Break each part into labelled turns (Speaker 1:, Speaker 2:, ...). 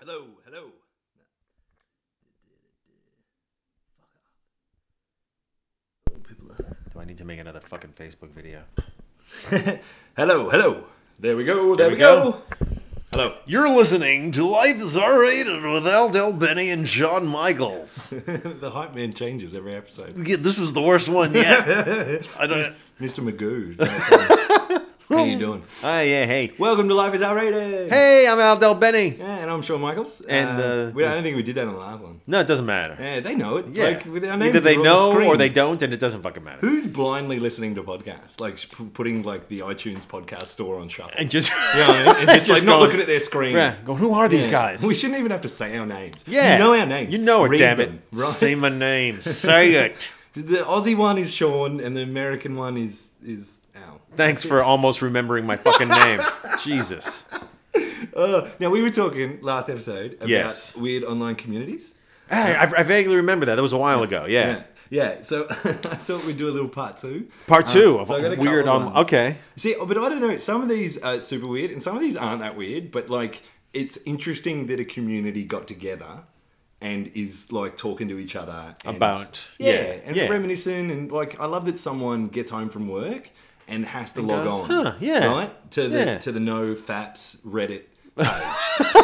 Speaker 1: Hello, hello. No. Fuck off. Oh, people are-
Speaker 2: Do I need to make another fucking Facebook video?
Speaker 1: hello, hello. There we go. There,
Speaker 2: we
Speaker 1: we go. Hello.
Speaker 2: You're listening to Life is R-rated with Al Del Benny and John Michaels.
Speaker 1: the hype man changes every episode.
Speaker 2: Yeah, this is the worst one yet. I don't.
Speaker 1: Mr. Magoo. How you doing?
Speaker 2: Oh yeah, hey,
Speaker 1: Welcome to Life is Our Rated.
Speaker 2: hey, I'm Al Del Benny.
Speaker 1: Yeah, and I'm Sean Michaels.
Speaker 2: And, uh,
Speaker 1: we, I don't think we did that on the last one.
Speaker 2: No, it doesn't matter.
Speaker 1: Yeah, they know it.
Speaker 2: Yeah,
Speaker 1: Like, with our names
Speaker 2: either they
Speaker 1: are on the
Speaker 2: know or
Speaker 1: screen.
Speaker 2: they don't, and it doesn't fucking matter.
Speaker 1: Who's blindly listening to podcasts? Like sh- p- putting like the iTunes podcast store on shuffle.
Speaker 2: And just
Speaker 1: Yeah, I mean, and just, like
Speaker 2: Just
Speaker 1: not
Speaker 2: going-
Speaker 1: looking at their screen.
Speaker 2: yeah, go. Who are these
Speaker 1: Yeah.
Speaker 2: guys?
Speaker 1: We shouldn't even have to say our names.
Speaker 2: yeah,
Speaker 1: you know our names.
Speaker 2: You know it,
Speaker 1: Read
Speaker 2: damn
Speaker 1: them,
Speaker 2: it.
Speaker 1: Right?
Speaker 2: Say my name. Say it.
Speaker 1: The Aussie one is Sean, and the American one is is Al.
Speaker 2: Thanks for almost remembering my fucking name. Jesus.
Speaker 1: Uh, now we were talking last episode about
Speaker 2: Yes.
Speaker 1: weird online communities.
Speaker 2: Hey, I, I vaguely remember that. That was a while ago. Yeah.
Speaker 1: yeah. So I thought we'd do a little part two.
Speaker 2: Part two of
Speaker 1: Uh, so I got a
Speaker 2: weird.
Speaker 1: couple of
Speaker 2: Um,
Speaker 1: ones.
Speaker 2: okay.
Speaker 1: See, but I don't know. Some of these are super weird, and some of these aren't that weird. But like, it's interesting that a community got together and is like talking to each other and-
Speaker 2: About-
Speaker 1: yeah,
Speaker 2: yeah,
Speaker 1: and
Speaker 2: yeah.
Speaker 1: reminiscing. And like, I love that someone gets home from work and has to log
Speaker 2: goes,
Speaker 1: on,
Speaker 2: "Huh, yeah,
Speaker 1: right to the
Speaker 2: yeah.
Speaker 1: to the no faps Reddit. page,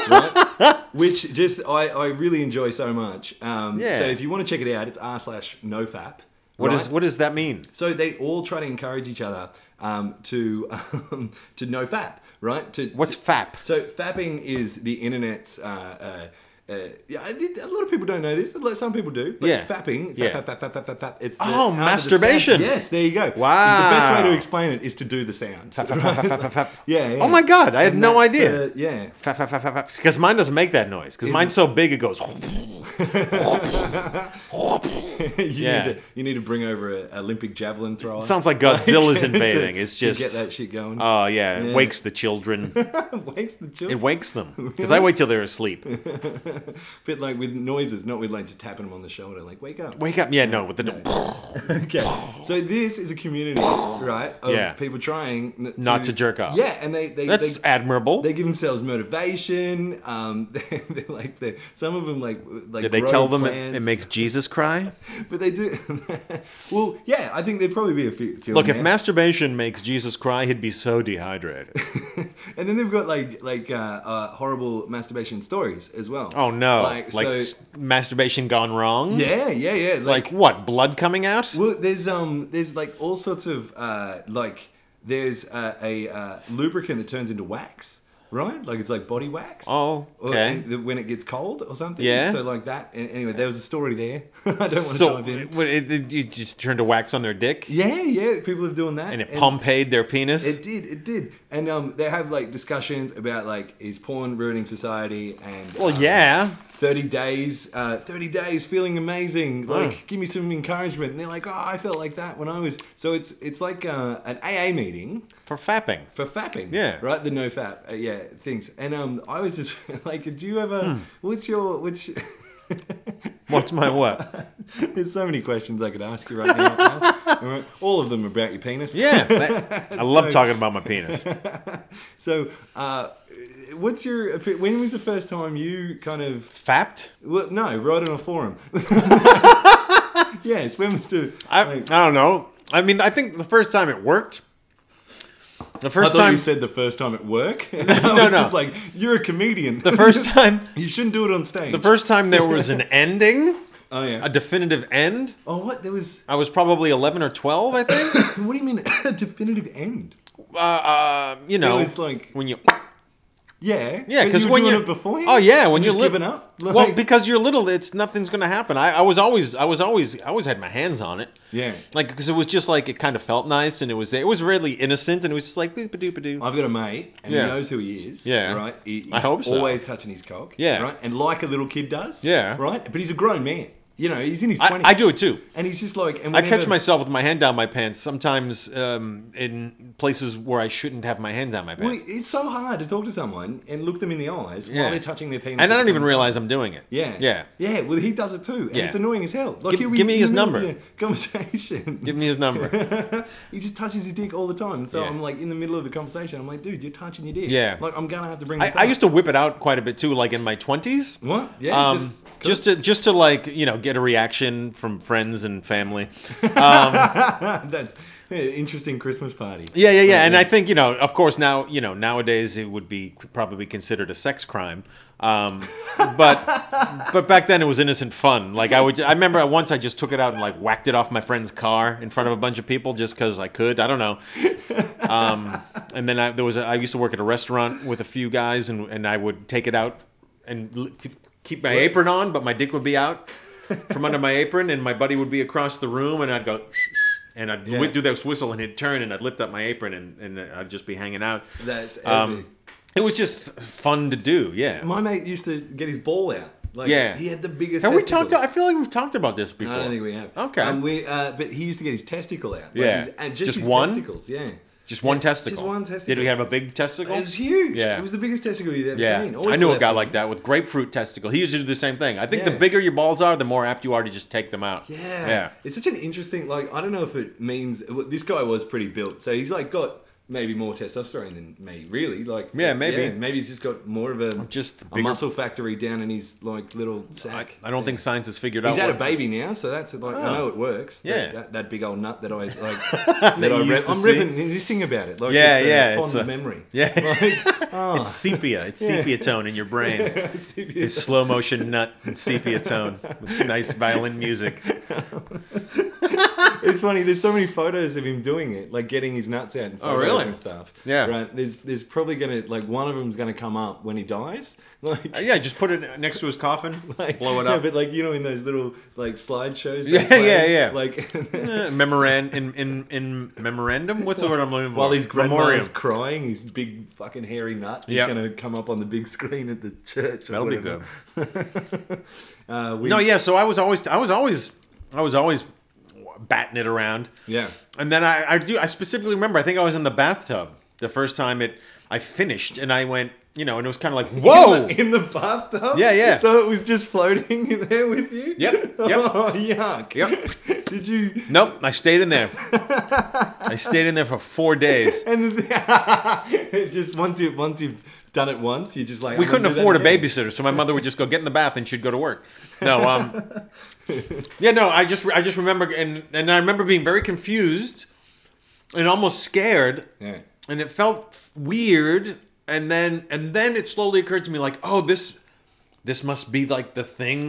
Speaker 1: right? Which just I, I really enjoy so much. Um,
Speaker 2: Yeah.
Speaker 1: So if you want to check it out, it's r slash nofap.
Speaker 2: What
Speaker 1: right?
Speaker 2: is what does that mean?
Speaker 1: So they all try to encourage each other um, to um, to no fap, right? To
Speaker 2: What's fap?
Speaker 1: so fapping is the internet's. Uh, uh, uh, yeah, I did- a lot of people don't know this. Like, Some people do. But
Speaker 2: Yeah.
Speaker 1: fapping, fap,
Speaker 2: Yeah.
Speaker 1: fap, fap, fap, fap, fap, fap, It's the
Speaker 2: Oh,
Speaker 1: sound of the
Speaker 2: masturbation.
Speaker 1: sound. yes, there you go. It's
Speaker 2: Wow.
Speaker 1: The best way to explain it is to do the sound.
Speaker 2: Fap, fap, fap, fap, fap, fap.
Speaker 1: Yeah, yeah.
Speaker 2: Oh my god, I had
Speaker 1: And
Speaker 2: no
Speaker 1: that's
Speaker 2: idea.
Speaker 1: the- yeah.
Speaker 2: Fap, fap, fap, fap, fap. Because mine doesn't make that noise. Because mine's so big, it goes.
Speaker 1: you
Speaker 2: Yeah.
Speaker 1: need to you need to bring over an Olympic javelin thrower.
Speaker 2: Sounds like Godzilla's
Speaker 1: to-
Speaker 2: invading. It's
Speaker 1: to
Speaker 2: just-
Speaker 1: get that shit going.
Speaker 2: Oh yeah, it
Speaker 1: Yeah.
Speaker 2: wakes the children.
Speaker 1: Wakes the children.
Speaker 2: It wakes them because I wait till they're asleep.
Speaker 1: bit like with noises, not with like just tapping them on the shoulder, like wake up.
Speaker 2: Wake up! Yeah, no, with the
Speaker 1: Okay. So this is a community, right? Of
Speaker 2: Yeah.
Speaker 1: people trying n-
Speaker 2: Not to jerk off.
Speaker 1: Yeah, and they they
Speaker 2: that's
Speaker 1: they,
Speaker 2: admirable.
Speaker 1: they give themselves motivation. Um, they, they like they some of them like w- like
Speaker 2: Did they
Speaker 1: grow
Speaker 2: tell them it,
Speaker 1: plants,
Speaker 2: it makes Jesus cry?
Speaker 1: but they do. well, yeah, I think there'd probably be a few. few
Speaker 2: Look,
Speaker 1: in
Speaker 2: if
Speaker 1: there.
Speaker 2: masturbation makes Jesus cry, he'd be so dehydrated.
Speaker 1: and then they've got like like uh, uh, horrible masturbation stories as well.
Speaker 2: Oh no! Like,
Speaker 1: Like, so,
Speaker 2: s- masturbation gone wrong?
Speaker 1: yeah, yeah, yeah.
Speaker 2: Like what? Blood coming out?
Speaker 1: Well, there's um, there's like all sorts of uh, like there's uh, a uh, lubricant that turns into wax, right? Like it's like body wax.
Speaker 2: Oh,
Speaker 1: Or-
Speaker 2: okay.
Speaker 1: and the- when it gets cold or something.
Speaker 2: Yeah.
Speaker 1: So like that. And anyway, there was a story there. I don't want to
Speaker 2: So
Speaker 1: dive in.
Speaker 2: what, it, it, you just turned to wax on their dick,
Speaker 1: Yeah, yeah. People are doing that.
Speaker 2: and it Pompeyed their penis.
Speaker 1: It did. It did. And um, they have like discussions about like is porn ruining society and
Speaker 2: well,
Speaker 1: um,
Speaker 2: yeah.
Speaker 1: 30 days, uh, 30 days feeling amazing. Like,
Speaker 2: Oh.
Speaker 1: give me some encouragement. And they're like, oh, I felt like that when I was. So it's it's like uh, an AA meeting
Speaker 2: for fapping.
Speaker 1: for fapping.
Speaker 2: Yeah.
Speaker 1: Right? The no fap. Uh, yeah, things. And um, I was just like, do you ever,
Speaker 2: Hmm.
Speaker 1: what's your, what's,
Speaker 2: What's my what?
Speaker 1: there's so many questions I could ask you right now. Al. All right. All of them about your penis.
Speaker 2: Yeah, that- I love talking about my penis.
Speaker 1: So, uh, what's your, opi- when was the first time you kind of,
Speaker 2: Fapped?
Speaker 1: well, no, wrote on a forum? yes, when was the,
Speaker 2: I I
Speaker 1: like-
Speaker 2: don't know. I mean, I think the first time it worked. The
Speaker 1: I
Speaker 2: first
Speaker 1: thought
Speaker 2: time,
Speaker 1: you said the first time at work. no,
Speaker 2: no.
Speaker 1: Just like you're a comedian.
Speaker 2: the first time,
Speaker 1: you shouldn't do it on stage.
Speaker 2: the first time there was an ending,
Speaker 1: Oh yeah.
Speaker 2: a definitive end.
Speaker 1: oh what? There was.
Speaker 2: I was probably eleven or twelve, I think.
Speaker 1: What do you mean a definitive end?
Speaker 2: uh, uh, you know,
Speaker 1: was like-
Speaker 2: when you,
Speaker 1: Yeah.
Speaker 2: yeah,
Speaker 1: But
Speaker 2: because
Speaker 1: you were
Speaker 2: when
Speaker 1: doing
Speaker 2: you
Speaker 1: it before.
Speaker 2: oh yeah, when
Speaker 1: you
Speaker 2: you're
Speaker 1: just
Speaker 2: li-
Speaker 1: giving up.
Speaker 2: well,
Speaker 1: Like-
Speaker 2: because you're little, it's nothing's gonna happen. I, I was always, I was always, I always had my hands on it.
Speaker 1: Yeah.
Speaker 2: like because it was just like it kind of felt nice, and it was, it was really innocent, and it was just like boop a doop a doo.
Speaker 1: I've got a mate, and
Speaker 2: Yeah.
Speaker 1: he knows who he is.
Speaker 2: Yeah.
Speaker 1: Right. He, he's
Speaker 2: I hope so.
Speaker 1: Always touching his cock.
Speaker 2: Yeah.
Speaker 1: Right. And like a little kid does.
Speaker 2: Yeah.
Speaker 1: Right. But he's a grown man. You know, he's in his
Speaker 2: I,
Speaker 1: twenties.
Speaker 2: I do it too.
Speaker 1: and he's just like. And
Speaker 2: I catch
Speaker 1: whenever-
Speaker 2: myself with my hand down my pants sometimes um, in places where I shouldn't have my hand down my
Speaker 1: Well,
Speaker 2: pants,
Speaker 1: it's so hard to talk to someone and look them in the eyes
Speaker 2: Yeah.
Speaker 1: while they're touching their penis.
Speaker 2: and I
Speaker 1: at
Speaker 2: don't
Speaker 1: the
Speaker 2: even
Speaker 1: same
Speaker 2: realize I'm doing it.
Speaker 1: Yeah.
Speaker 2: yeah.
Speaker 1: Yeah. Well, he does it too. And
Speaker 2: Yeah.
Speaker 1: it's annoying as hell. Like,
Speaker 2: Give-
Speaker 1: here we-
Speaker 2: give me
Speaker 1: in
Speaker 2: his
Speaker 1: the middle
Speaker 2: number.
Speaker 1: of a Conversation.
Speaker 2: Give me his number.
Speaker 1: he just touches his dick all the time. So
Speaker 2: Yeah.
Speaker 1: I'm like in the middle of a conversation. I'm like, dude, you're touching your dick.
Speaker 2: Yeah.
Speaker 1: Like I'm gonna have to bring.
Speaker 2: I,
Speaker 1: This
Speaker 2: I used to whip it out quite a bit too, like in my twenties.
Speaker 1: What? Yeah.
Speaker 2: Um,
Speaker 1: just.
Speaker 2: just, to just to like you know get a reaction from friends and family. Um,
Speaker 1: That's yeah, interesting Christmas party.
Speaker 2: yeah, yeah, yeah. And I think you know, of course, now you know nowadays it would be probably considered a sex crime. Um, but but back then it was innocent fun. Like I would, I remember once I just took it out and like whacked it off my friend's car in front of a bunch of people just because I could. I don't know. Um, and then I, there was a, I used to work at a restaurant with a few guys, and and I would take it out and l- keep my apron on, but my dick would be out from under my apron, and my buddy would be across the room, and I'd go. And I'd
Speaker 1: Yeah.
Speaker 2: do this whistle, and he'd turn, and I'd lift up my apron, and, and I'd just be hanging out. Um,
Speaker 1: That's epic.
Speaker 2: it was just fun to do, yeah.
Speaker 1: My mate used to get his ball out. Like,
Speaker 2: Yeah.
Speaker 1: He had the biggest.
Speaker 2: Have we
Speaker 1: testicles.
Speaker 2: talked? I feel like we've talked about this before.
Speaker 1: I don't think we have.
Speaker 2: Okay.
Speaker 1: Um, we, uh, but he used to get his testicle out. Like,
Speaker 2: Yeah.
Speaker 1: his- and just,
Speaker 2: Just
Speaker 1: his
Speaker 2: one?
Speaker 1: testicles. Yeah.
Speaker 2: just one testicle.
Speaker 1: Just one testicle.
Speaker 2: Did we have a big testicle?
Speaker 1: It was huge.
Speaker 2: Yeah.
Speaker 1: It was the biggest testicle you'd ever
Speaker 2: Yeah,
Speaker 1: seen.
Speaker 2: I knew a
Speaker 1: like that.
Speaker 2: guy like that with grapefruit testicle. He used to do the same thing. I think
Speaker 1: Yeah.
Speaker 2: the bigger your balls are, the more apt you are to just take them out.
Speaker 1: Yeah.
Speaker 2: yeah.
Speaker 1: It's such an interesting, like, I don't know if it means, well, this guy was pretty built. So he's, like, got maybe more testosterone than me, really. Like,
Speaker 2: Yeah, maybe.
Speaker 1: maybe he's just got more of a,
Speaker 2: Just
Speaker 1: a
Speaker 2: bigger-
Speaker 1: muscle factory down in his, like, little sack.
Speaker 2: I, I don't think science has figured
Speaker 1: He's
Speaker 2: out.
Speaker 1: had a
Speaker 2: what- Oh.
Speaker 1: baby now, so that's like I know it works. That-
Speaker 2: Yeah.
Speaker 1: that, that big old nut that I like.
Speaker 2: That
Speaker 1: that I
Speaker 2: you
Speaker 1: re-
Speaker 2: used to
Speaker 1: I'm
Speaker 2: see.
Speaker 1: reminiscing about it. Like,
Speaker 2: Yeah,
Speaker 1: it's
Speaker 2: yeah,
Speaker 1: A fond
Speaker 2: it's a-
Speaker 1: memory.
Speaker 2: Yeah,
Speaker 1: Like, oh,
Speaker 2: it's sepia. It's
Speaker 1: Yeah.
Speaker 2: sepia tone in your brain. It's slow motion nut and sepia tone. With nice violin music.
Speaker 1: It's funny. There's so many photos of him doing it, like getting his nuts out and photos
Speaker 2: Oh, really?
Speaker 1: and stuff.
Speaker 2: Yeah.
Speaker 1: Right. There's there's probably gonna like one of them's gonna come up when he dies. Like.
Speaker 2: Uh, Yeah, just put it next to his coffin,
Speaker 1: like-
Speaker 2: blow it
Speaker 1: yeah,
Speaker 2: up.
Speaker 1: but like you know, in those little like slideshows. they
Speaker 2: Yeah,
Speaker 1: play,
Speaker 2: yeah, yeah.
Speaker 1: Like
Speaker 2: Eh, Memoran in, in in memorandum. What's the word I'm looking for?
Speaker 1: while his grandma's
Speaker 2: Memoriam.
Speaker 1: crying, his big fucking hairy nut is
Speaker 2: Yep.
Speaker 1: gonna come up on the big screen at the church. Or
Speaker 2: That'll be
Speaker 1: whatever. uh, we,
Speaker 2: No, yeah. So I was always, I was always, I was always batting it around.
Speaker 1: Yeah.
Speaker 2: And then I, I do, I specifically remember. I think I was in the bathtub the first time it. I finished, and I went, you know, and it was kind of like, whoa.
Speaker 1: in the bathtub.
Speaker 2: Yeah, yeah.
Speaker 1: So it was just floating in there with you.
Speaker 2: Yep, yep.
Speaker 1: Oh yuck.
Speaker 2: Yep.
Speaker 1: Did you?
Speaker 2: Nope, I stayed in there. I stayed in there for four days.
Speaker 1: And the thing, it just once you once you've done it once, you just like
Speaker 2: We
Speaker 1: I'm
Speaker 2: couldn't
Speaker 1: gonna do that
Speaker 2: afford a
Speaker 1: again.
Speaker 2: babysitter, so my mother would just go get in the bath and she'd go to work. No, um, yeah, no, I just, I just remember, and and I remember being very confused and almost scared
Speaker 1: Yeah.
Speaker 2: and it felt weird and then and then it slowly occurred to me like oh this this must be like the thing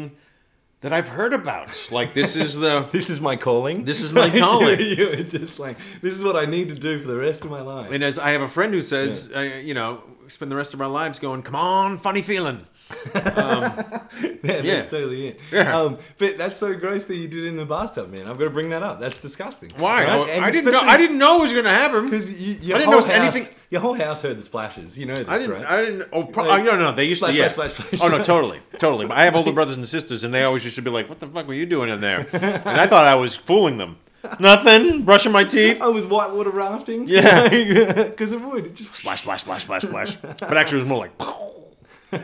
Speaker 2: that i've heard about like this is the
Speaker 1: This is my calling.
Speaker 2: This is my calling.
Speaker 1: you were just like this is what I need to do for the rest of my life.
Speaker 2: and as i have a friend who says uh, you know spend the rest of our lives going come on funny feeling
Speaker 1: yeah,
Speaker 2: yeah.
Speaker 1: that's totally it.
Speaker 2: Yeah.
Speaker 1: Um, but that's so gross that you did it in the bathtub, man. I've got to bring that up. That's disgusting.
Speaker 2: why
Speaker 1: Right?
Speaker 2: I-
Speaker 1: And
Speaker 2: I, didn't know
Speaker 1: especially-
Speaker 2: i didn't know it was gonna happen
Speaker 1: Because you, your
Speaker 2: I didn't
Speaker 1: whole
Speaker 2: notice
Speaker 1: house-
Speaker 2: anything-
Speaker 1: Your whole house heard the splashes. You know this,
Speaker 2: I didn't.
Speaker 1: right?
Speaker 2: I didn't. Oh, pro-
Speaker 1: Like,
Speaker 2: oh, no, no. They used
Speaker 1: splash,
Speaker 2: to. Yeah.
Speaker 1: splash, splash,
Speaker 2: Oh
Speaker 1: splash.
Speaker 2: no, totally, totally. But I have older brothers and sisters, and they always used to be like, "What the fuck were you doing in there?" And I thought I was fooling them. Nothing. Brushing my teeth.
Speaker 1: I Oh, was whitewater rafting.
Speaker 2: Yeah.
Speaker 1: because it would. It just,
Speaker 2: splash, splash, splash, splash, splash. But actually, it was more like,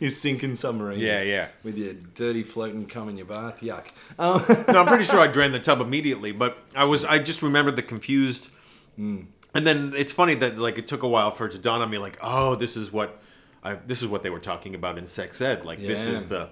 Speaker 1: you sink in submarines.
Speaker 2: Yeah, yeah.
Speaker 1: With your dirty floating cum in your bath. Yuck. Um,
Speaker 2: no, I'm pretty sure I drained the tub immediately. But I was, I just remembered the confused.
Speaker 1: Hmm.
Speaker 2: And then it's funny that like it took a while for it to dawn on me, like, oh, this is what, I, this is what they were talking about in sex ed. Like this
Speaker 1: Yeah.
Speaker 2: is the,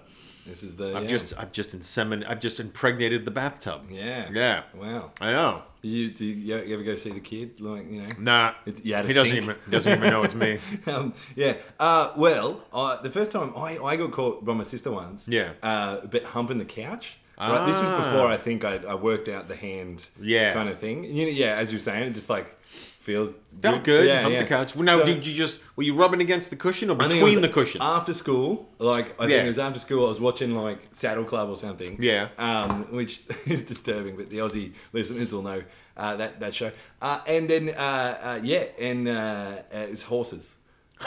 Speaker 1: this is the.
Speaker 2: I've
Speaker 1: yeah.
Speaker 2: just, I've just inseminated, I've just impregnated the bathtub.
Speaker 1: Yeah.
Speaker 2: yeah.
Speaker 1: Wow.
Speaker 2: I know.
Speaker 1: You do you, you ever go see the kid? Like you know.
Speaker 2: Nah,
Speaker 1: It's- you had a
Speaker 2: he doesn't
Speaker 1: sink.
Speaker 2: even he doesn't even know it's me.
Speaker 1: um, yeah. Uh, well, I the first time I, I got caught by my sister once.
Speaker 2: Yeah.
Speaker 1: Uh, but humping the couch. Right? This was
Speaker 2: Ah.
Speaker 1: before I think I, I worked out the hand.
Speaker 2: Yeah.
Speaker 1: Kind of thing. You know, yeah, as you're saying, it just like feels
Speaker 2: Felt good.
Speaker 1: Yeah,
Speaker 2: Humped
Speaker 1: yeah.
Speaker 2: the couch. Well, now,
Speaker 1: So-
Speaker 2: did you just were you rubbing against the cushion or
Speaker 1: I think it
Speaker 2: between
Speaker 1: was
Speaker 2: the cushions?
Speaker 1: After school, like I
Speaker 2: Yeah.
Speaker 1: think it was after school, I was watching like Saddle Club or something.
Speaker 2: Yeah.
Speaker 1: Um, which is disturbing, but the Aussie listeners will know uh, that that show. Uh, and then uh, uh, yeah, and uh, uh, it was horses.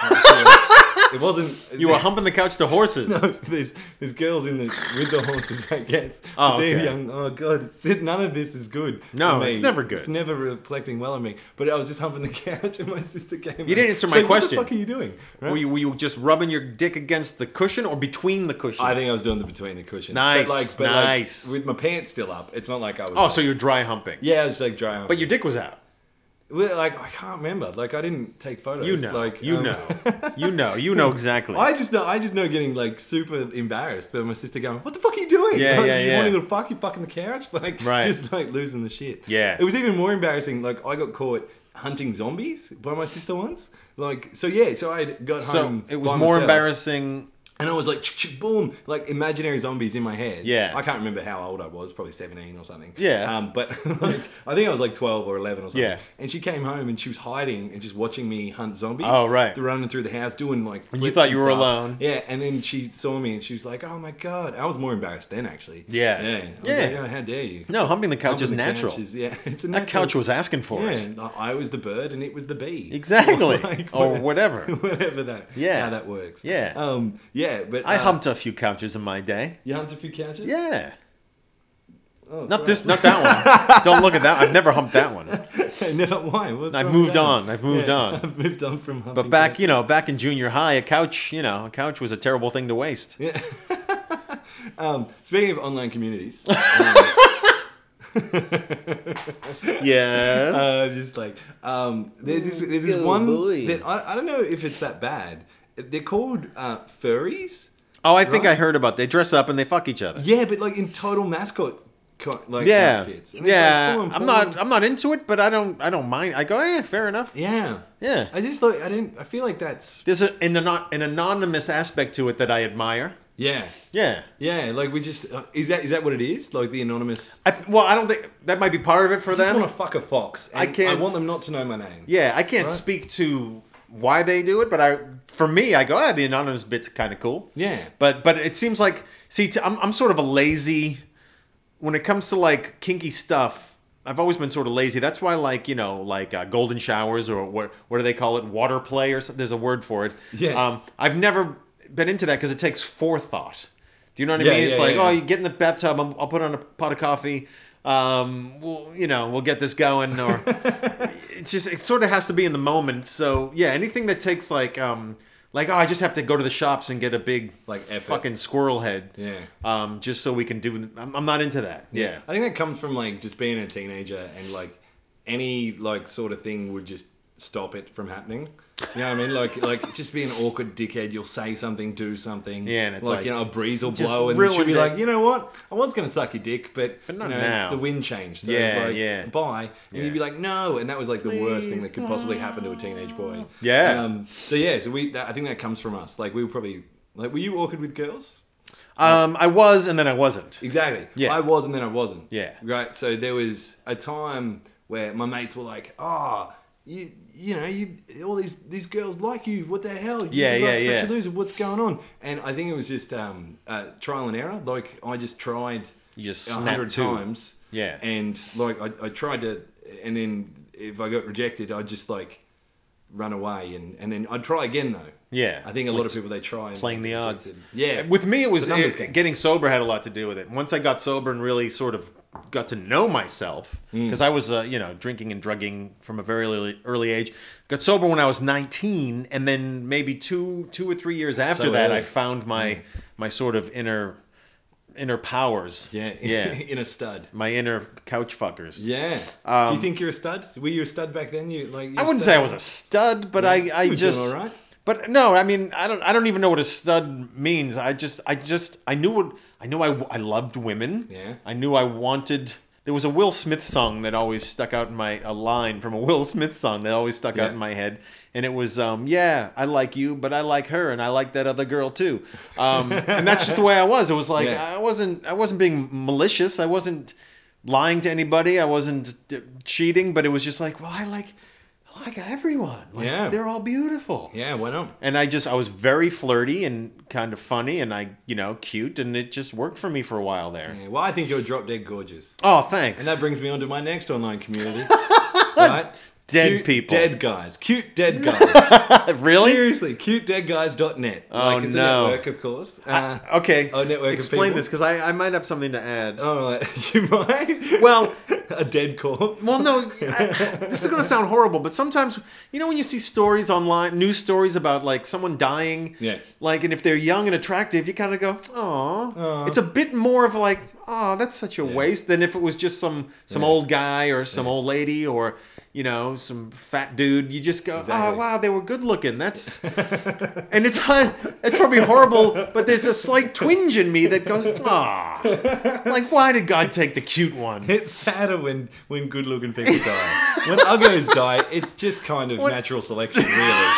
Speaker 1: it wasn't.
Speaker 2: You were humping the couch to horses.
Speaker 1: there's there's girls in the with the horses, I guess.
Speaker 2: Oh,
Speaker 1: But they're
Speaker 2: okay.
Speaker 1: young. Oh god, it's, none of this is good.
Speaker 2: No,
Speaker 1: for me.
Speaker 2: it's never good.
Speaker 1: It's never reflecting well on me. But I was just humping the couch, and my sister came. You
Speaker 2: didn't answer my question.
Speaker 1: What the fuck are you doing? Right?
Speaker 2: Were you, were you just rubbing your dick against the cushion or between the cushions?
Speaker 1: I think I was doing the between the cushions.
Speaker 2: Nice,
Speaker 1: but like, but
Speaker 2: nice.
Speaker 1: Like, with my pants still up, it's not like I was.
Speaker 2: Oh, so you're dry humping.
Speaker 1: yeah, I was like dry humping.
Speaker 2: But your dick was out.
Speaker 1: Well, like I can't remember. Like I didn't take photos.
Speaker 2: You know.
Speaker 1: Like
Speaker 2: you
Speaker 1: um,
Speaker 2: know. you know. You know exactly.
Speaker 1: I just know. I just know getting like super embarrassed by my sister going, "What the fuck are you doing?
Speaker 2: Yeah,
Speaker 1: like,
Speaker 2: yeah,
Speaker 1: you
Speaker 2: yeah.
Speaker 1: wanting to fuck you fucking the couch? Like
Speaker 2: Right.
Speaker 1: just like losing the shit.
Speaker 2: Yeah.
Speaker 1: It was even more embarrassing. Like I got caught hunting zombies by my sister once. Like so yeah. So I got
Speaker 2: so
Speaker 1: home.
Speaker 2: it was
Speaker 1: by
Speaker 2: more
Speaker 1: myself,
Speaker 2: embarrassing.
Speaker 1: And I was like, "Ch-ch-ch," boom, like imaginary zombies in my head.
Speaker 2: Yeah.
Speaker 1: I can't remember how old I was, probably 17 or something.
Speaker 2: Yeah.
Speaker 1: Um, but like, I think I was like 12 or 11 or something.
Speaker 2: Yeah.
Speaker 1: And she came home and she was hiding and just watching me hunt zombies.
Speaker 2: Oh, right.
Speaker 1: Running through the house, doing like.
Speaker 2: And you
Speaker 1: flips
Speaker 2: thought you were
Speaker 1: stuff.
Speaker 2: alone.
Speaker 1: Yeah. And then she saw me and she was like, oh my God. I was more embarrassed then, actually.
Speaker 2: Yeah.
Speaker 1: Yeah. I was
Speaker 2: Yeah.
Speaker 1: like, oh, how dare you?
Speaker 2: No, humping the couch
Speaker 1: Jumping
Speaker 2: is
Speaker 1: the
Speaker 2: natural.
Speaker 1: couch is- yeah. It's a
Speaker 2: that
Speaker 1: natural.
Speaker 2: couch was asking for
Speaker 1: Yeah.
Speaker 2: it.
Speaker 1: and I I was the bird and it was the bee.
Speaker 2: Exactly.
Speaker 1: Like,
Speaker 2: or
Speaker 1: what-
Speaker 2: whatever.
Speaker 1: Whatever that,
Speaker 2: Yeah.
Speaker 1: how that works.
Speaker 2: Yeah.
Speaker 1: um, yeah, but
Speaker 2: I
Speaker 1: uh,
Speaker 2: humped a few couches in my day.
Speaker 1: You humped a few couches.
Speaker 2: Yeah.
Speaker 1: Oh,
Speaker 2: Not this, not that one. Don't look at that. I've never humped that one.
Speaker 1: Never. Why? What's
Speaker 2: I've
Speaker 1: wrong with
Speaker 2: moved
Speaker 1: that?
Speaker 2: on. I've moved
Speaker 1: Yeah,
Speaker 2: on.
Speaker 1: I've moved on from. Humping
Speaker 2: But back, you know, back in junior high, a couch, you know, a couch was a terrible thing to waste.
Speaker 1: um, speaking of online communities, um,
Speaker 2: Yes.
Speaker 1: uh, just like um, there's this there's this
Speaker 3: Oh,
Speaker 1: one
Speaker 3: boy.
Speaker 1: that I, I don't know if it's that bad. They're called uh, furries.
Speaker 2: oh, I think
Speaker 1: right.
Speaker 2: I heard about. They dress up and they fuck each other.
Speaker 1: Yeah, but like in total mascot co- like
Speaker 2: Yeah,
Speaker 1: outfits. And it's like,
Speaker 2: yeah.
Speaker 1: come on,
Speaker 2: I'm
Speaker 1: Paul.
Speaker 2: not. I'm not into it, but I don't. I don't mind. I go. Eh, fair enough.
Speaker 1: Yeah,
Speaker 2: Yeah.
Speaker 1: I just like I didn't. I feel like that's
Speaker 2: There's a, an ano- an anonymous aspect to it that I admire.
Speaker 1: yeah,
Speaker 2: Yeah.
Speaker 1: yeah. Like we just uh, is that is that what it is? Like the anonymous.
Speaker 2: I th- well, I don't think that might be part of it for
Speaker 1: I just
Speaker 2: them.
Speaker 1: want to fuck a fox. And
Speaker 2: I
Speaker 1: I
Speaker 2: can't-
Speaker 1: I want them not to know my name.
Speaker 2: yeah, I can't
Speaker 1: Right.
Speaker 2: speak to why they do it, but I for me, I go. Ah, the anonymous bit's kind of cool.
Speaker 1: Yeah.
Speaker 2: But but it seems like see, t- I'm I'm sort of a lazy when it comes to like kinky stuff. I've always been sort of lazy. That's why, like you know, like uh, golden showers or what what do they call it? Water play or something. There's a word for it.
Speaker 1: Yeah.
Speaker 2: Um, I've never been into that because it takes forethought. Do you know what I
Speaker 1: Yeah,
Speaker 2: mean? it's
Speaker 1: yeah,
Speaker 2: like,
Speaker 1: yeah.
Speaker 2: oh, you get in the bathtub. I'm, I'll put on a pot of coffee. Um, we'll, you know, we'll get this going. Or it's just it sort of has to be in the moment. So yeah, anything that takes like um like oh I just have to go to the shops and get a big
Speaker 1: Like effort.
Speaker 2: fucking squirrel head.
Speaker 1: Yeah.
Speaker 2: Um, just so we can do. I'm, I'm not into that. Yeah.
Speaker 1: I think that comes from like just being a teenager and like any like sort of thing would just stop it from happening. You know what I mean? Like like just be an awkward dickhead. You'll say something, do something.
Speaker 2: Yeah, and it's like,
Speaker 1: you know a breeze will
Speaker 2: just
Speaker 1: blow and then she'll
Speaker 2: ruined
Speaker 1: be
Speaker 2: it.
Speaker 1: like, you know what? I was gonna suck your dick, but,
Speaker 2: But not
Speaker 1: you know,
Speaker 2: now."
Speaker 1: the wind changed. So
Speaker 2: Yeah,
Speaker 1: like,
Speaker 2: yeah.
Speaker 1: Bye. And
Speaker 2: Yeah.
Speaker 1: you'd be like, no. And that was like the worst thing that could possibly happen to a teenage boy.
Speaker 2: Yeah.
Speaker 1: Um, so yeah, so we that, I think that comes from us. Like we were probably like, were you awkward with girls?
Speaker 2: Um, I was and then I wasn't.
Speaker 1: Exactly.
Speaker 2: Yeah.
Speaker 1: I was and then I wasn't.
Speaker 2: Yeah.
Speaker 1: Right. So there was a time where my mates were like, "Ah, you, you know, you all these these girls like you. What the hell? You
Speaker 2: Yeah,
Speaker 1: look
Speaker 2: yeah,
Speaker 1: like
Speaker 2: yeah.
Speaker 1: Such a loser. What's going on?" And I think it was just um, uh, trial and error. Like I just tried.
Speaker 2: You just
Speaker 1: a
Speaker 2: snapped
Speaker 1: hundred
Speaker 2: to.
Speaker 1: times.
Speaker 2: Yeah.
Speaker 1: And like I, I tried to, and then if I got rejected, I'd just like run away and and then I'd try again though.
Speaker 2: Yeah.
Speaker 1: I think a
Speaker 2: Like
Speaker 1: lot of people they try and
Speaker 2: Playing the
Speaker 1: get
Speaker 2: odds.
Speaker 1: rejected. Yeah.
Speaker 2: With me, it was
Speaker 1: It's a numbers
Speaker 2: it-
Speaker 1: game.
Speaker 2: getting sober had a lot to do with it. Once I got sober and really sort of got to know myself,
Speaker 1: Mm.
Speaker 2: because I was, uh, you know, drinking and drugging from a very early, early age. Got sober when I was 19, and then maybe two, two or three years after
Speaker 1: So
Speaker 2: that,
Speaker 1: early. Mm.
Speaker 2: I found my my sort of inner inner powers.
Speaker 1: yeah.
Speaker 2: yeah.
Speaker 1: in a stud.
Speaker 2: my inner couch fuckers.
Speaker 1: Yeah. Do you think you're a stud? Were you a stud back then? You like?
Speaker 2: Um, I wouldn't say I was a stud, but I, I
Speaker 1: You were doing
Speaker 2: just.
Speaker 1: all right.
Speaker 2: But no, I mean, I don't, I don't even know what a stud means. I just, I just, I knew what, I knew I, w- I loved women.
Speaker 1: Yeah.
Speaker 2: I knew I wanted. There was a Will Smith song that always stuck out in my a line from a Will Smith song that always stuck out
Speaker 1: Yeah.
Speaker 2: in my head, and it was, um, yeah, I like you, but I like her, and I like that other girl too. Um, and that's just the way I was. It was like
Speaker 1: Yeah.
Speaker 2: I wasn't, I wasn't being malicious. I wasn't lying to anybody. I wasn't d- cheating, but it was just like, well, I like, I like everyone. Like,
Speaker 1: Yeah.
Speaker 2: they're all beautiful.
Speaker 1: Yeah. Why not?
Speaker 2: And I just I was very flirty and kind of funny and I you know cute and it just worked for me for a while there.
Speaker 1: Yeah, well, I think you're drop dead gorgeous,
Speaker 2: Oh,
Speaker 1: and
Speaker 2: thanks.
Speaker 1: that brings me on to my next online community. right?
Speaker 2: Dead
Speaker 1: Cute
Speaker 2: people.
Speaker 1: Dead guys. Cute dead guys.
Speaker 2: Really?
Speaker 1: Seriously, cutedeadguys.net.
Speaker 2: Oh,
Speaker 1: like, it's
Speaker 2: no.
Speaker 1: a network, of course. Uh,
Speaker 2: Okay.
Speaker 1: A network of
Speaker 2: Explain
Speaker 1: people. Oh.
Speaker 2: this because I, I might have something to add.
Speaker 1: all right. You might.
Speaker 2: Well-
Speaker 1: a dead corpse.
Speaker 2: Well, no, I- this is going to sound horrible, but sometimes, you know, when you see stories online, news stories about like someone dying,
Speaker 1: Yeah.
Speaker 2: like, and if they're young and attractive, you kind of go, oh,
Speaker 1: Aw.
Speaker 2: it's a bit more of like, oh, that's such a waste than if it was just some some old guy or some old lady or you know some fat dude. You just go, oh
Speaker 1: Exactly.
Speaker 2: wow, they were good looking. That's and it's it's probably horrible, but there's a slight twinge in me that goes, ah, like why did God take the cute one?
Speaker 1: It's sadder when, when good looking people die. When uggos die, it's just kind of natural selection, really.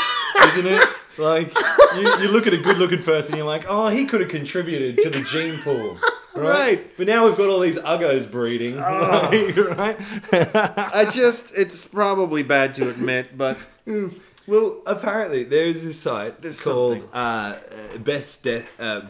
Speaker 1: Isn't it? Like, you, you look at a good looking person, you're like, oh, he could have contributed to the gene pools. Right?
Speaker 2: Right.
Speaker 1: But now we've got all these uggos breeding. like, right?
Speaker 2: I just, it's probably bad to admit, but
Speaker 1: Mm. Well, apparently there is this site
Speaker 2: There's
Speaker 1: called
Speaker 2: something.
Speaker 1: uh, best death, uh,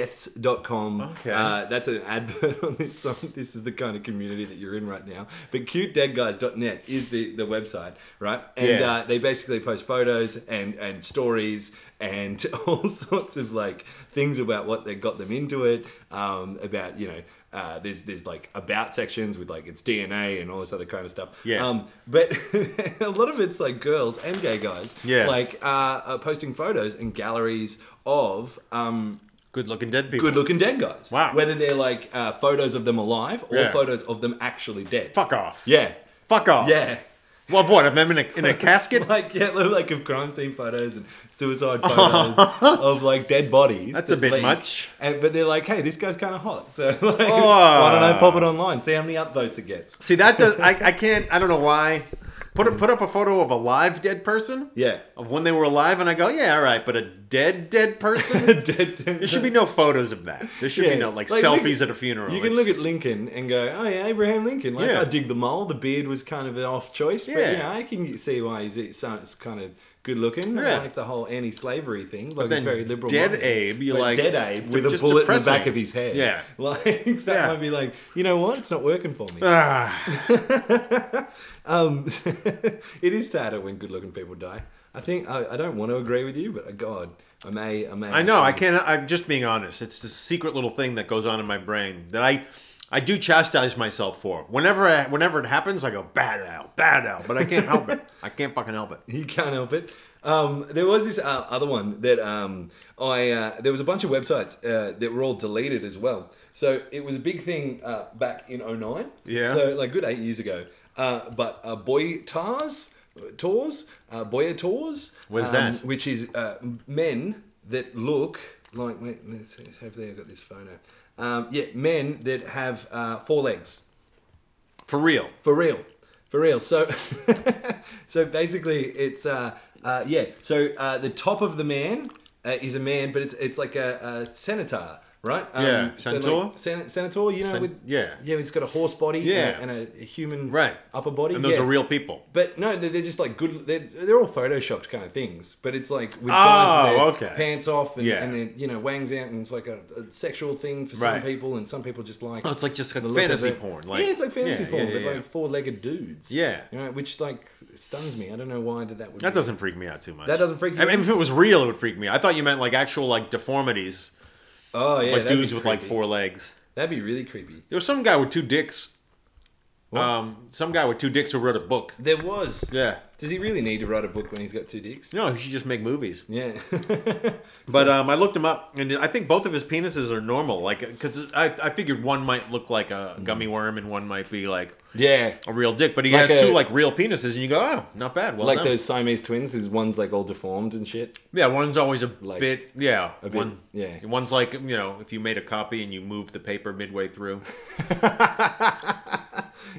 Speaker 1: bestdeaths.com.
Speaker 2: Okay.
Speaker 1: Uh, that's an advert on this song. This is the kind of community that you're in right now. But cutedeadguys.net is the, the website, right? And
Speaker 2: Yeah.
Speaker 1: uh, they basically post photos and, and stories and all sorts of like things about what they got them into it. Um, about you know, uh, there's there's like about sections with like its DNA and all this other kind of stuff.
Speaker 2: Yeah.
Speaker 1: Um, but a lot of it's like girls and gay guys.
Speaker 2: Yeah.
Speaker 1: Like uh, are posting photos and galleries of um,
Speaker 2: good looking dead people.
Speaker 1: good looking dead guys.
Speaker 2: Wow.
Speaker 1: Whether they're like uh, photos of them alive or
Speaker 2: Yeah.
Speaker 1: photos of them actually dead.
Speaker 2: Fuck off.
Speaker 1: Yeah.
Speaker 2: Fuck off.
Speaker 1: Yeah.
Speaker 2: Well, what? If I'm in a, in a casket?
Speaker 1: Like yeah, they're like of crime scene photos and suicide photos of like dead bodies.
Speaker 2: That's a
Speaker 1: that
Speaker 2: bit
Speaker 1: leak.
Speaker 2: much.
Speaker 1: And, but they're like, hey, this guy's kind of hot, so like, why don't
Speaker 2: Oh.
Speaker 1: I pop it online? See how many upvotes it gets.
Speaker 2: See, that does, I, I can't, I don't know why. Put, a, put up a photo of a live dead person?
Speaker 1: Yeah,
Speaker 2: Of when they were alive, and I go, yeah, all right, but a dead, dead person?
Speaker 1: dead.
Speaker 2: there should be no photos of that. There should
Speaker 1: Yeah.
Speaker 2: be no, like,
Speaker 1: Like, look
Speaker 2: selfies
Speaker 1: at-
Speaker 2: at a funeral.
Speaker 1: You can
Speaker 2: It's-
Speaker 1: look at Lincoln and go, oh yeah, Abraham Lincoln. Like
Speaker 2: Yeah.
Speaker 1: I dig the mole. The beard was kind of an off choice, but
Speaker 2: Yeah.
Speaker 1: yeah, I can see why he's it's so- it's kind of good looking. I
Speaker 2: Yeah.
Speaker 1: like the whole anti-slavery thing. Like
Speaker 2: then
Speaker 1: he's very liberal.
Speaker 2: Dead
Speaker 1: minded.
Speaker 2: Abe, you're
Speaker 1: But
Speaker 2: like,
Speaker 1: dead Abe
Speaker 2: de-
Speaker 1: with a
Speaker 2: just
Speaker 1: bullet in
Speaker 2: depressing.
Speaker 1: the back of his head.
Speaker 2: Yeah.
Speaker 1: like that
Speaker 2: Yeah.
Speaker 1: might be like, you know what? It's not working for me.
Speaker 2: Ah,
Speaker 1: Um, it is sadder when good-looking people die. I think I, I don't want to agree with you, but uh, God, I may, I may.
Speaker 2: I know, I can't, I'm just being honest. It's the secret little thing that goes on in my brain that I. I do chastise myself for whenever I, whenever it happens. I go bad out, bad out, but I can't help it. I can't fucking help it.
Speaker 1: He can't help it. Um, there was this uh, other one that um, I uh, there was a bunch of websites uh, that were all deleted as well. So it was a big thing uh, back in 09.
Speaker 2: Yeah.
Speaker 1: So like good eight years ago. Uh, but uh, boy tars tours uh, boya tours.
Speaker 2: What's that?
Speaker 1: Which is uh, men that look like. Wait, let's, let's hopefully I got this photo. Um, yeah, men that have uh, four legs.
Speaker 2: For real.
Speaker 1: For real. For real. So so basically it's uh, uh yeah, so uh, the top of the man uh, is a man but it's it's like a, a senator, right? Um,
Speaker 2: Yeah,
Speaker 1: so like
Speaker 2: centaur?
Speaker 1: sen- senator, you know
Speaker 2: Sen-
Speaker 1: with
Speaker 2: yeah.
Speaker 1: Yeah, it's got a horse body
Speaker 2: Yeah.
Speaker 1: and, a, and a human
Speaker 2: Right.
Speaker 1: upper body.
Speaker 2: And those
Speaker 1: yeah.
Speaker 2: are real people.
Speaker 1: But no, they're they're just like good. They're, they're all photoshopped kind of things. But it's like with
Speaker 2: Oh,
Speaker 1: guys with their
Speaker 2: okay.
Speaker 1: pants off and,
Speaker 2: Yeah.
Speaker 1: and then you know wangs out, and it's like a, a sexual thing for
Speaker 2: Right.
Speaker 1: some people, and some people just like
Speaker 2: Oh, it's like just like
Speaker 1: the look
Speaker 2: fantasy
Speaker 1: of it.
Speaker 2: porn, like-
Speaker 1: yeah, it's like fantasy
Speaker 2: yeah,
Speaker 1: porn,
Speaker 2: yeah,
Speaker 1: but
Speaker 2: yeah, yeah.
Speaker 1: like four-legged dudes.
Speaker 2: Yeah.
Speaker 1: you know, which like stuns me. I don't know why that that would.
Speaker 2: That
Speaker 1: be-
Speaker 2: doesn't freak me out too much.
Speaker 1: That doesn't freak you
Speaker 2: I mean,
Speaker 1: out?
Speaker 2: if it was real, it would freak me. out. I thought you meant like actual like deformities,
Speaker 1: Oh yeah,
Speaker 2: like
Speaker 1: that'd be
Speaker 2: dudes with like
Speaker 1: creepy.
Speaker 2: four legs.
Speaker 1: That'd be really creepy.
Speaker 2: There was some guy with two dicks. Um, some guy with two dicks who wrote a book.
Speaker 1: There was.
Speaker 2: Yeah.
Speaker 1: Does he really need to write a book when he's got two dicks?
Speaker 2: No, he should just make movies.
Speaker 1: Yeah.
Speaker 2: But um, I looked him up, and I think both of his penises are normal. Like, because I, I figured one might look like
Speaker 1: Mm.
Speaker 2: a gummy worm, and one might be like
Speaker 1: yeah.
Speaker 2: a real dick. But he
Speaker 1: Like
Speaker 2: has
Speaker 1: a-
Speaker 2: two like real penises, and you go, oh, not bad. Well,
Speaker 1: Like
Speaker 2: done.
Speaker 1: those Siamese twins, is one's like all deformed and shit.
Speaker 2: Yeah, one's always a
Speaker 1: Like,
Speaker 2: bit. Yeah,
Speaker 1: a bit-
Speaker 2: one.
Speaker 1: yeah.
Speaker 2: one's like you know, if you made a copy and you moved the paper midway through.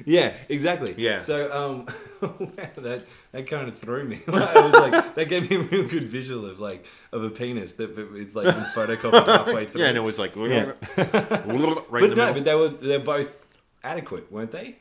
Speaker 1: Yeah, exactly.
Speaker 2: Yeah.
Speaker 1: So um, wow, that that kind of threw me. I was like, that gave me a real good visual of like of a penis that it's like been photocopied halfway through.
Speaker 2: Yeah, and it was like right in
Speaker 1: but
Speaker 2: the
Speaker 1: no,
Speaker 2: middle.
Speaker 1: but they were they're both adequate, weren't they?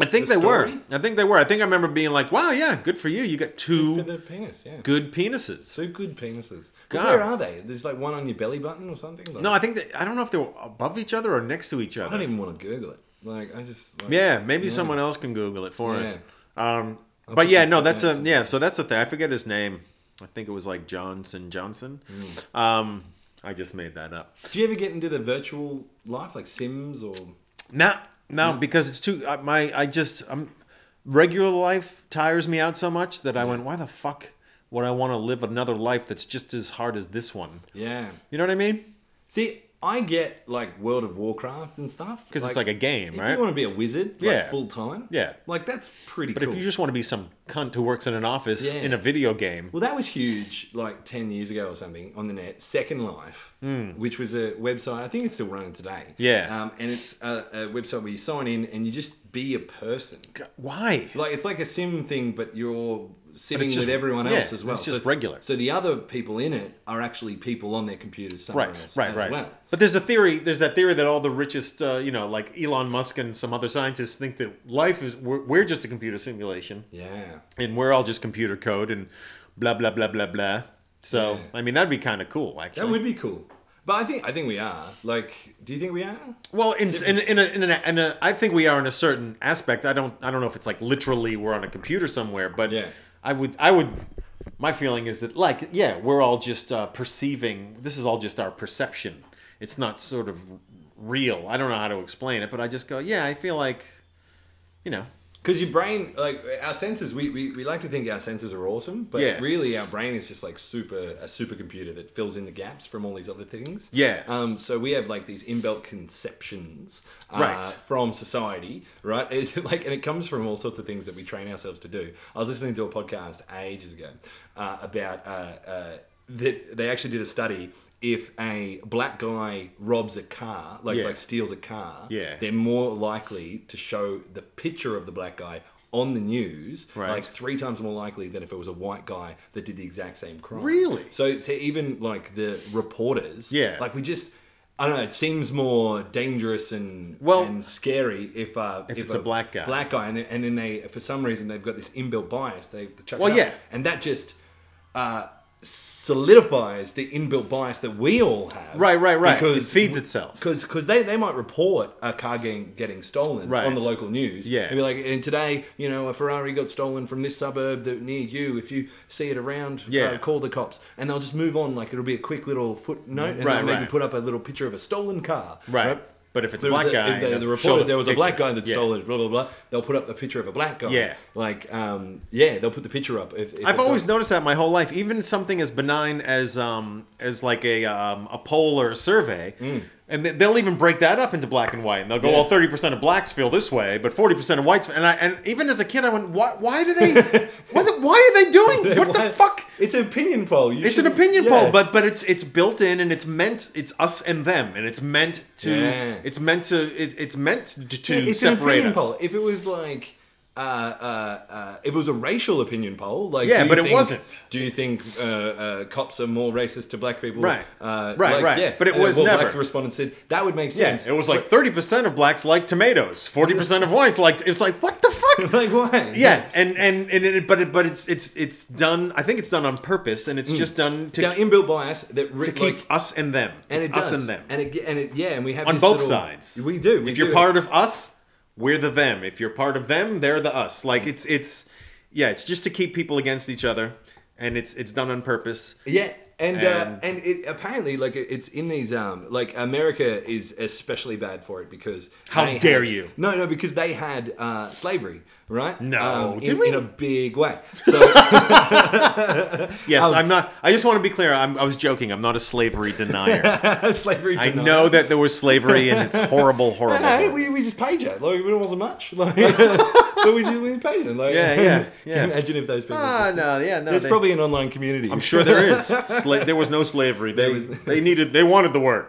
Speaker 2: I think
Speaker 1: the
Speaker 2: they were.
Speaker 1: story?
Speaker 2: I think they were. I think I remember being like, "Wow, yeah, good for you. You got
Speaker 1: For
Speaker 2: two
Speaker 1: their penis, yeah.
Speaker 2: good penises."
Speaker 1: Two good penises. But
Speaker 2: God.
Speaker 1: Where are they? There's like one on your belly button or something. Like,
Speaker 2: No, I think that I don't know if they were above each other or next to each
Speaker 1: I don't
Speaker 2: other.
Speaker 1: even want to Google it. Like I just like,
Speaker 2: Yeah, maybe someone else can Google it for
Speaker 1: Yeah.
Speaker 2: us. Um, but yeah, no, that's a yeah. So that's a thing. I forget his name. I think it was like Johnson Johnson.
Speaker 1: Hmm.
Speaker 2: Um, I just made that up.
Speaker 1: Do you ever get into the virtual life, like Sims or?
Speaker 2: No, no,
Speaker 1: Hmm.
Speaker 2: because it's too. I, my, I just, I'm regular life tires me out so much that I went, why the fuck would I want to live another life that's just as hard as this one?
Speaker 1: Yeah.
Speaker 2: You know what I mean?
Speaker 1: See, I get like World of Warcraft and stuff
Speaker 2: 'Cause it's like a game,
Speaker 1: if
Speaker 2: right?
Speaker 1: You want to be a wizard, like,
Speaker 2: Yeah.
Speaker 1: full time.
Speaker 2: Yeah.
Speaker 1: Like that's pretty.
Speaker 2: But
Speaker 1: cool.
Speaker 2: if you just want to be some cunt who works in an office
Speaker 1: Yeah.
Speaker 2: in a video game,
Speaker 1: Well, that was huge, like ten years ago or something, on the net. Second Life, which was a website. I think it's still running today.
Speaker 2: Hmm. Yeah.
Speaker 1: Um, and it's a, a website where you sign in and you just be a person.
Speaker 2: g- why?
Speaker 1: Like it's like a sim thing, but you're sitting
Speaker 2: just-
Speaker 1: with everyone
Speaker 2: yeah,
Speaker 1: else as well.
Speaker 2: it's just regular.
Speaker 1: So the other people in it are actually people on their computers somewhere
Speaker 2: Right,
Speaker 1: else
Speaker 2: right,
Speaker 1: as
Speaker 2: right.
Speaker 1: well.
Speaker 2: But there's a theory. There's that theory that all the richest, uh, you know, like Elon Musk and some other scientists think that life is we're, we're just a computer simulation.
Speaker 1: Yeah.
Speaker 2: and we're all just computer code and blah blah blah blah blah. So
Speaker 1: Yeah.
Speaker 2: I mean that'd be kind of cool actually.
Speaker 1: That would be cool. But I think I think we are. Like, do you think we are?
Speaker 2: well, in in in a, in, a, in a I think we are in a certain aspect. I don't I don't know if it's like literally we're on a computer somewhere, but
Speaker 1: Yeah.
Speaker 2: I would I would my feeling is that like yeah we're all just uh, perceiving. This is all just our perception. It's not sort of real. I don't know how to explain it, but I just go yeah. I feel like you know
Speaker 1: Because your brain, like our senses, we, we, we like to think our senses are awesome, but
Speaker 2: Yeah.
Speaker 1: really our brain is just like super a supercomputer that fills in the gaps from all these other things.
Speaker 2: Yeah.
Speaker 1: Um. So we have like these inbuilt conceptions, uh,
Speaker 2: Right.
Speaker 1: from society, right? It, like, and it comes from all sorts of things that we train ourselves to do. I was listening to a podcast ages ago uh, about uh, uh, that they actually did a study. If a black guy robs a car, like
Speaker 2: Yeah.
Speaker 1: like steals a car,
Speaker 2: Yeah.
Speaker 1: they're more likely to show the picture of the black guy on the news,
Speaker 2: Right.
Speaker 1: like three times more likely than if it was a white guy that did the exact same crime.
Speaker 2: Really?
Speaker 1: So, so even like the reporters,
Speaker 2: Yeah.
Speaker 1: like we just. I don't know. It seems more dangerous and
Speaker 2: Well-
Speaker 1: and scary if uh, if,
Speaker 2: it's a black guy.
Speaker 1: Black guy, and, then- and then they for some reason they've got this inbuilt bias. They chuck it
Speaker 2: Well,
Speaker 1: up.
Speaker 2: yeah.
Speaker 1: and that just uh, solidifies the inbuilt bias that we all have.
Speaker 2: Right, right, right.
Speaker 1: Because
Speaker 2: It feeds itself.
Speaker 1: Because because they, they might report a car getting getting stolen
Speaker 2: Right.
Speaker 1: on the local news.
Speaker 2: Yeah.
Speaker 1: and be like, and today you know a Ferrari got stolen from this suburb that near you. If you see it around,
Speaker 2: Yeah.
Speaker 1: uh, call the cops, and they'll just move on. Like it'll be a quick little footnote, and
Speaker 2: Right,
Speaker 1: they'll maybe
Speaker 2: right.
Speaker 1: put up a little picture of a stolen car.
Speaker 2: Right. But if it's a
Speaker 1: There was
Speaker 2: black guy,
Speaker 1: if they-
Speaker 2: they'll
Speaker 1: the
Speaker 2: show
Speaker 1: reporter
Speaker 2: the
Speaker 1: there was a black
Speaker 2: picture.
Speaker 1: guy that
Speaker 2: Yeah.
Speaker 1: stole it. Blah blah blah. They'll put up the picture of a black guy.
Speaker 2: Yeah.
Speaker 1: like um, yeah, they'll put the picture up. If, if
Speaker 2: I've
Speaker 1: a
Speaker 2: always
Speaker 1: black-
Speaker 2: noticed that my whole life. Even something as benign as um as like a um, a poll or a survey, and they- they'll even break that up into black and white, and they'll go,
Speaker 1: Mm. Yeah.
Speaker 2: "Well, thirty percent of blacks feel this way, but forty percent of whites." And I and even as a kid, I went, "Why? Why do they? what the, why are they doing? What
Speaker 1: Why-
Speaker 2: the fuck?"
Speaker 1: It's an opinion poll. You
Speaker 2: It's an
Speaker 1: should-
Speaker 2: opinion
Speaker 1: yeah.
Speaker 2: poll, but but it's it's built in and it's meant it's us and them, and it's meant to
Speaker 1: Yeah.
Speaker 2: it's meant to it, it's meant to, to
Speaker 1: Yeah, it's
Speaker 2: separate
Speaker 1: an opinion
Speaker 2: us.
Speaker 1: poll. If it was like. Uh, uh, uh, if it was a racial opinion poll, like
Speaker 2: Yeah,
Speaker 1: do you
Speaker 2: but it
Speaker 1: think-
Speaker 2: wasn't.
Speaker 1: Do you think uh, uh, cops are more racist to black people?
Speaker 2: Right.
Speaker 1: uh,
Speaker 2: Right,
Speaker 1: like,
Speaker 2: right.
Speaker 1: Yeah,
Speaker 2: But it
Speaker 1: and
Speaker 2: was
Speaker 1: what Black
Speaker 2: never.
Speaker 1: respondents said that would make
Speaker 2: Yeah,
Speaker 1: sense.
Speaker 2: it was like thirty percent of blacks like tomatoes, forty percent of whites liked. It's like what the fuck?
Speaker 1: like why?
Speaker 2: Yeah, and and and it, but it, but it's it's it's done. I think it's done on purpose, and it's just done to,
Speaker 1: It's our inbuilt bias that re-
Speaker 2: to keep
Speaker 1: Hmm. like,
Speaker 2: us and them.
Speaker 1: and
Speaker 2: it's
Speaker 1: it does,
Speaker 2: us and them
Speaker 1: and it and it yeah, and we have
Speaker 2: on
Speaker 1: this
Speaker 2: both
Speaker 1: little-
Speaker 2: sides.
Speaker 1: We do. We
Speaker 2: if you're
Speaker 1: do.
Speaker 2: part of us, we're the them. If you're part of them, they're the us.
Speaker 1: Hmm.
Speaker 2: Like it's it's yeah, it's just to keep people against each other, and it's it's done on purpose.
Speaker 1: Yeah, and uh,
Speaker 2: And-
Speaker 1: and it, apparently, like it- it's in these um, like America is especially bad for it because
Speaker 2: How
Speaker 1: they
Speaker 2: dare
Speaker 1: had-
Speaker 2: you.
Speaker 1: No, no, because they had uh, slavery, right?
Speaker 2: No,
Speaker 1: um,
Speaker 2: did
Speaker 1: in,
Speaker 2: we?
Speaker 1: in a big way. So
Speaker 2: Yes, I'm not. I just want to be clear. I'm, I was joking. I'm not a slavery denier.
Speaker 1: slavery.
Speaker 2: I
Speaker 1: denied.
Speaker 2: know that there was slavery, and it's horrible, horrible.
Speaker 1: No,
Speaker 2: horrible.
Speaker 1: we, we just paid you. Like it wasn't much. Like, so we just we paid them. Like,
Speaker 2: Yeah, yeah,
Speaker 1: can you
Speaker 2: yeah.
Speaker 1: Imagine if those people.
Speaker 2: Ah, no, yeah, no.
Speaker 1: There's
Speaker 2: they-
Speaker 1: probably an online community.
Speaker 2: I'm sure there is. Sla- there was no slavery. They
Speaker 1: was-
Speaker 2: they needed they wanted the work.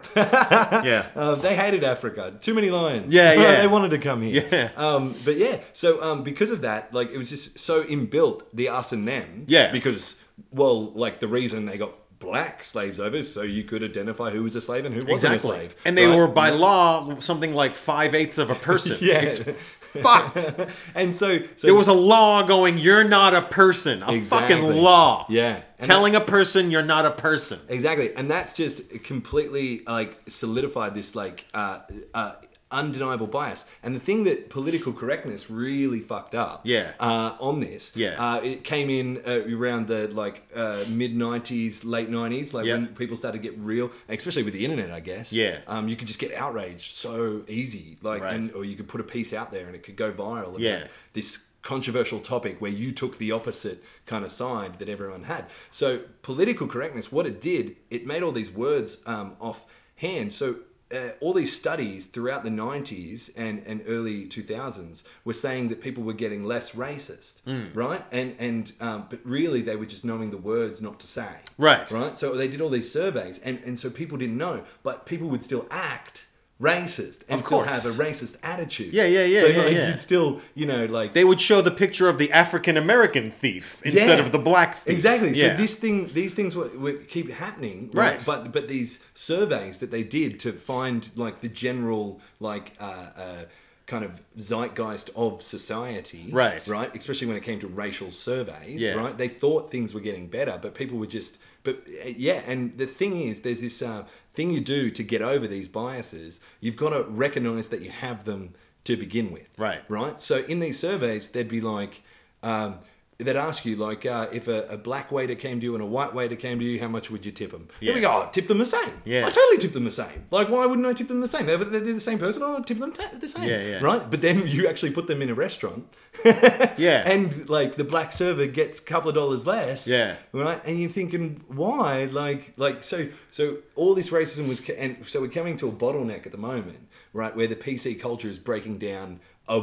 Speaker 2: Yeah.
Speaker 1: Uh, they hated Africa. Too many lions.
Speaker 2: Yeah, yeah.
Speaker 1: they wanted to come here.
Speaker 2: Yeah.
Speaker 1: Um, but yeah, so um, because of that, like it was just so inbuilt the us and them.
Speaker 2: Yeah.
Speaker 1: Because well, like the reason they got black slaves over is so you could identify who was a slave and who wasn't a
Speaker 2: Exactly.
Speaker 1: slave.
Speaker 2: And they
Speaker 1: right?
Speaker 2: were by law something like five eighths of a person.
Speaker 1: Yeah.
Speaker 2: It's fucked.
Speaker 1: and so, so
Speaker 2: There was a law going, you're not a person. A
Speaker 1: Exactly.
Speaker 2: fucking law.
Speaker 1: Yeah. And
Speaker 2: Telling a person you're not a person.
Speaker 1: Exactly, and that's just completely like solidified this like uh, uh, undeniable bias. And the thing that political correctness really fucked up
Speaker 2: Yeah.
Speaker 1: uh, on this.
Speaker 2: Yeah.
Speaker 1: Uh, it came in uh, around the like uh, mid '90s, late '90s, like
Speaker 2: Yeah.
Speaker 1: when people started to get real, especially with the internet, I guess.
Speaker 2: Yeah.
Speaker 1: Um, you could just get outraged so easy, like,
Speaker 2: Right.
Speaker 1: and, or you could put a piece out there and it could go viral. about
Speaker 2: Yeah.
Speaker 1: This controversial topic where you took the opposite kind of side that everyone had. So political correctness, what it did, it made all these words um, offhand. So. Uh, all these studies throughout the 90s and, and early 2000s were saying that people were getting less racist,
Speaker 2: Hmm.
Speaker 1: right? And and um, but really they were just knowing the words not to say,
Speaker 2: Right.
Speaker 1: Right. So they did all these surveys, and, and so people didn't know, but people would still act racist and
Speaker 2: Of
Speaker 1: still
Speaker 2: course.
Speaker 1: have a racist attitude.
Speaker 2: Yeah, yeah, yeah,
Speaker 1: So
Speaker 2: yeah,
Speaker 1: like,
Speaker 2: yeah.
Speaker 1: you'd still, you know, like
Speaker 2: They would show the picture of the African American thief instead
Speaker 1: Yeah.
Speaker 2: of the black thief.
Speaker 1: Exactly.
Speaker 2: Yeah.
Speaker 1: So this thing, these things were, were keep happening, right?
Speaker 2: Right.
Speaker 1: But but these surveys that they did to find like the general like uh, uh, kind of zeitgeist of society,
Speaker 2: Right.
Speaker 1: Right. Especially when it came to racial surveys,
Speaker 2: Yeah.
Speaker 1: right? They thought things were getting better, but people were just, but uh, yeah. And the thing is, there's this uh, thing you do to get over these biases. You've got to recognize that you have them to begin with,
Speaker 2: Right.
Speaker 1: right? So in these surveys, they'd be like, um, they'd ask you like, uh, if a, a black waiter came to you and a white waiter came to you, how much would you tip them? Here we
Speaker 2: Yeah.
Speaker 1: go. "Oh, tip them the same.
Speaker 2: Yeah.
Speaker 1: I totally tip them the same. Like, why wouldn't I tip them the same? They're, they're the same person. I'll tip them ta the same.
Speaker 2: Yeah, yeah.
Speaker 1: Right. But then you actually put them in a restaurant.
Speaker 2: Yeah.
Speaker 1: And like the black server gets a couple of dollars less.
Speaker 2: Yeah.
Speaker 1: Right. And you're thinking, why? Like, like so. So all this racism was, ca- and so we're coming to a bottleneck at the moment, right, where the PC culture is breaking down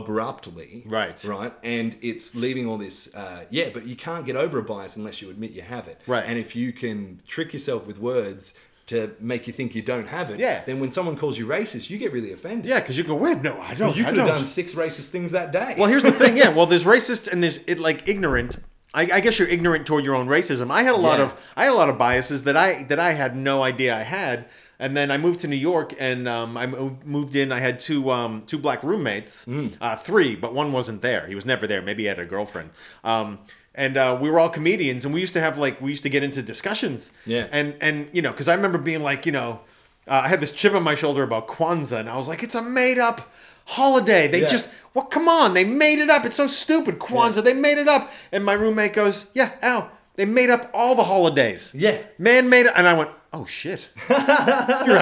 Speaker 1: abruptly.
Speaker 2: Right.
Speaker 1: Right. And it's leaving all this. Uh, yeah, but you can't get over a bias unless you admit you have it.
Speaker 2: Right.
Speaker 1: And if you can trick yourself with words. To make you think you don't have it,
Speaker 2: Yeah.
Speaker 1: Then when someone calls you racist, you get really offended.
Speaker 2: Yeah, because you go, wait, no, I don't.
Speaker 1: you
Speaker 2: I
Speaker 1: could have
Speaker 2: don't."
Speaker 1: done six racist things that day.
Speaker 2: Well, here's the thing. Yeah, well, there's racist and there's it like ignorant. I, I guess you're ignorant toward your own racism. I had a lot
Speaker 1: Yeah.
Speaker 2: of I had a lot of biases that I that I had no idea I had. And then I moved to New York, and um, I mo- moved in. I had two um, two black roommates,
Speaker 1: Mm.
Speaker 2: uh, three, but one wasn't there. He was never there. Maybe he had a girlfriend. Um, and uh, we were all comedians, and we used to have like we used to get into discussions.
Speaker 1: Yeah.
Speaker 2: And and you know, because I remember being like, you know, uh, I had this chip on my shoulder about Kwanzaa, and I was like, it's a made up holiday. They
Speaker 1: Yeah.
Speaker 2: just well, come on, they made it up. It's so stupid, Kwanzaa.
Speaker 1: Yeah.
Speaker 2: They made it up. And my roommate goes, yeah, Al, they made up all the holidays.
Speaker 1: Yeah.
Speaker 2: Man made it. And I went, oh shit. You're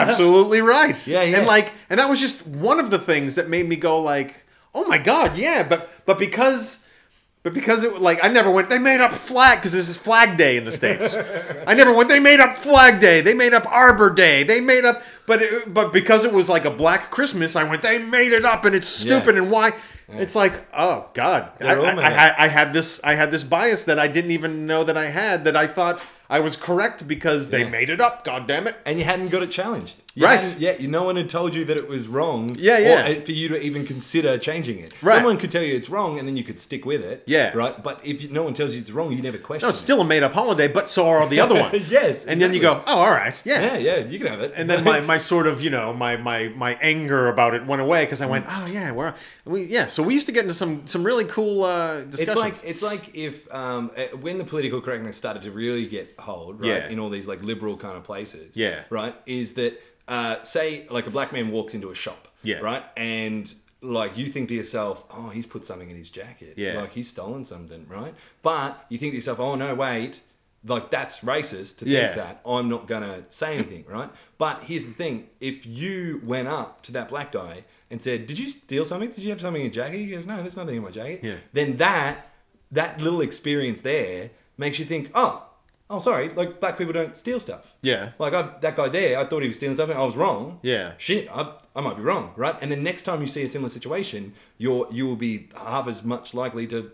Speaker 2: absolutely right.
Speaker 1: Yeah, yeah.
Speaker 2: And like, and that was just one of the things that made me go like, oh my God, yeah. But, but because, but because it like I never went. They made up flag because this is Flag Day in the states. I never went. They made up Flag Day. They made up Arbor Day. They made up. But it, but because it was like a Black Christmas, I went. They made it up and it's stupid
Speaker 1: Yeah.
Speaker 2: and why? It's like oh god, I,
Speaker 1: They're all
Speaker 2: I,
Speaker 1: made
Speaker 2: I,
Speaker 1: up.
Speaker 2: had- I had this I had this bias that I didn't even know that I had that I thought I was correct because they
Speaker 1: Yeah.
Speaker 2: made it up. God damn it.
Speaker 1: and you hadn't got it challenged. You
Speaker 2: Right.
Speaker 1: hadn't- Yeah, you, no one had told you that it was wrong.
Speaker 2: Yeah, yeah.
Speaker 1: Or uh, for you to even consider changing it.
Speaker 2: Right.
Speaker 1: Someone could tell you it's wrong, and then you could stick with it.
Speaker 2: Yeah.
Speaker 1: Right. But if you, no one tells you it's wrong, you never question.
Speaker 2: No, it's still a made up holiday, but so are all the other ones.
Speaker 1: Yes,
Speaker 2: And then you go,
Speaker 1: exactly.
Speaker 2: oh, all right,
Speaker 1: it. Yeah, yeah, you can have it.
Speaker 2: and then my, my sort of you know my my my anger about it went away because I went oh yeah we're we yeah so we used to get into some some really cool uh,
Speaker 1: It's
Speaker 2: discussions.
Speaker 1: like it's like if um, uh, when the political correctness started to really get hold, right,
Speaker 2: Yeah.
Speaker 1: in all these like liberal kind of places,
Speaker 2: Yeah.
Speaker 1: right, is that uh, say like a black man walks into a shop,
Speaker 2: Yeah.
Speaker 1: right, and like you think to yourself, oh, he's put something in his jacket,
Speaker 2: Yeah.
Speaker 1: like he's stolen something, right, but you think to yourself, oh no, wait. Like that's racist to think
Speaker 2: Yeah.
Speaker 1: that I'm not gonna say anything, right? But here's the thing: if you went up to that black guy and said, "Did you steal something? Did you have something in your jacket?" He goes, "No, there's nothing in my jacket."
Speaker 2: Yeah.
Speaker 1: then that that little experience there makes you think, oh, oh, sorry, like black people don't steal stuff.
Speaker 2: Yeah.
Speaker 1: Like I, that guy there, I thought he was stealing something. I was wrong.
Speaker 2: Yeah.
Speaker 1: Shit, I, I might be wrong, right? And the next time you see a similar situation, you're you will be half as much likely to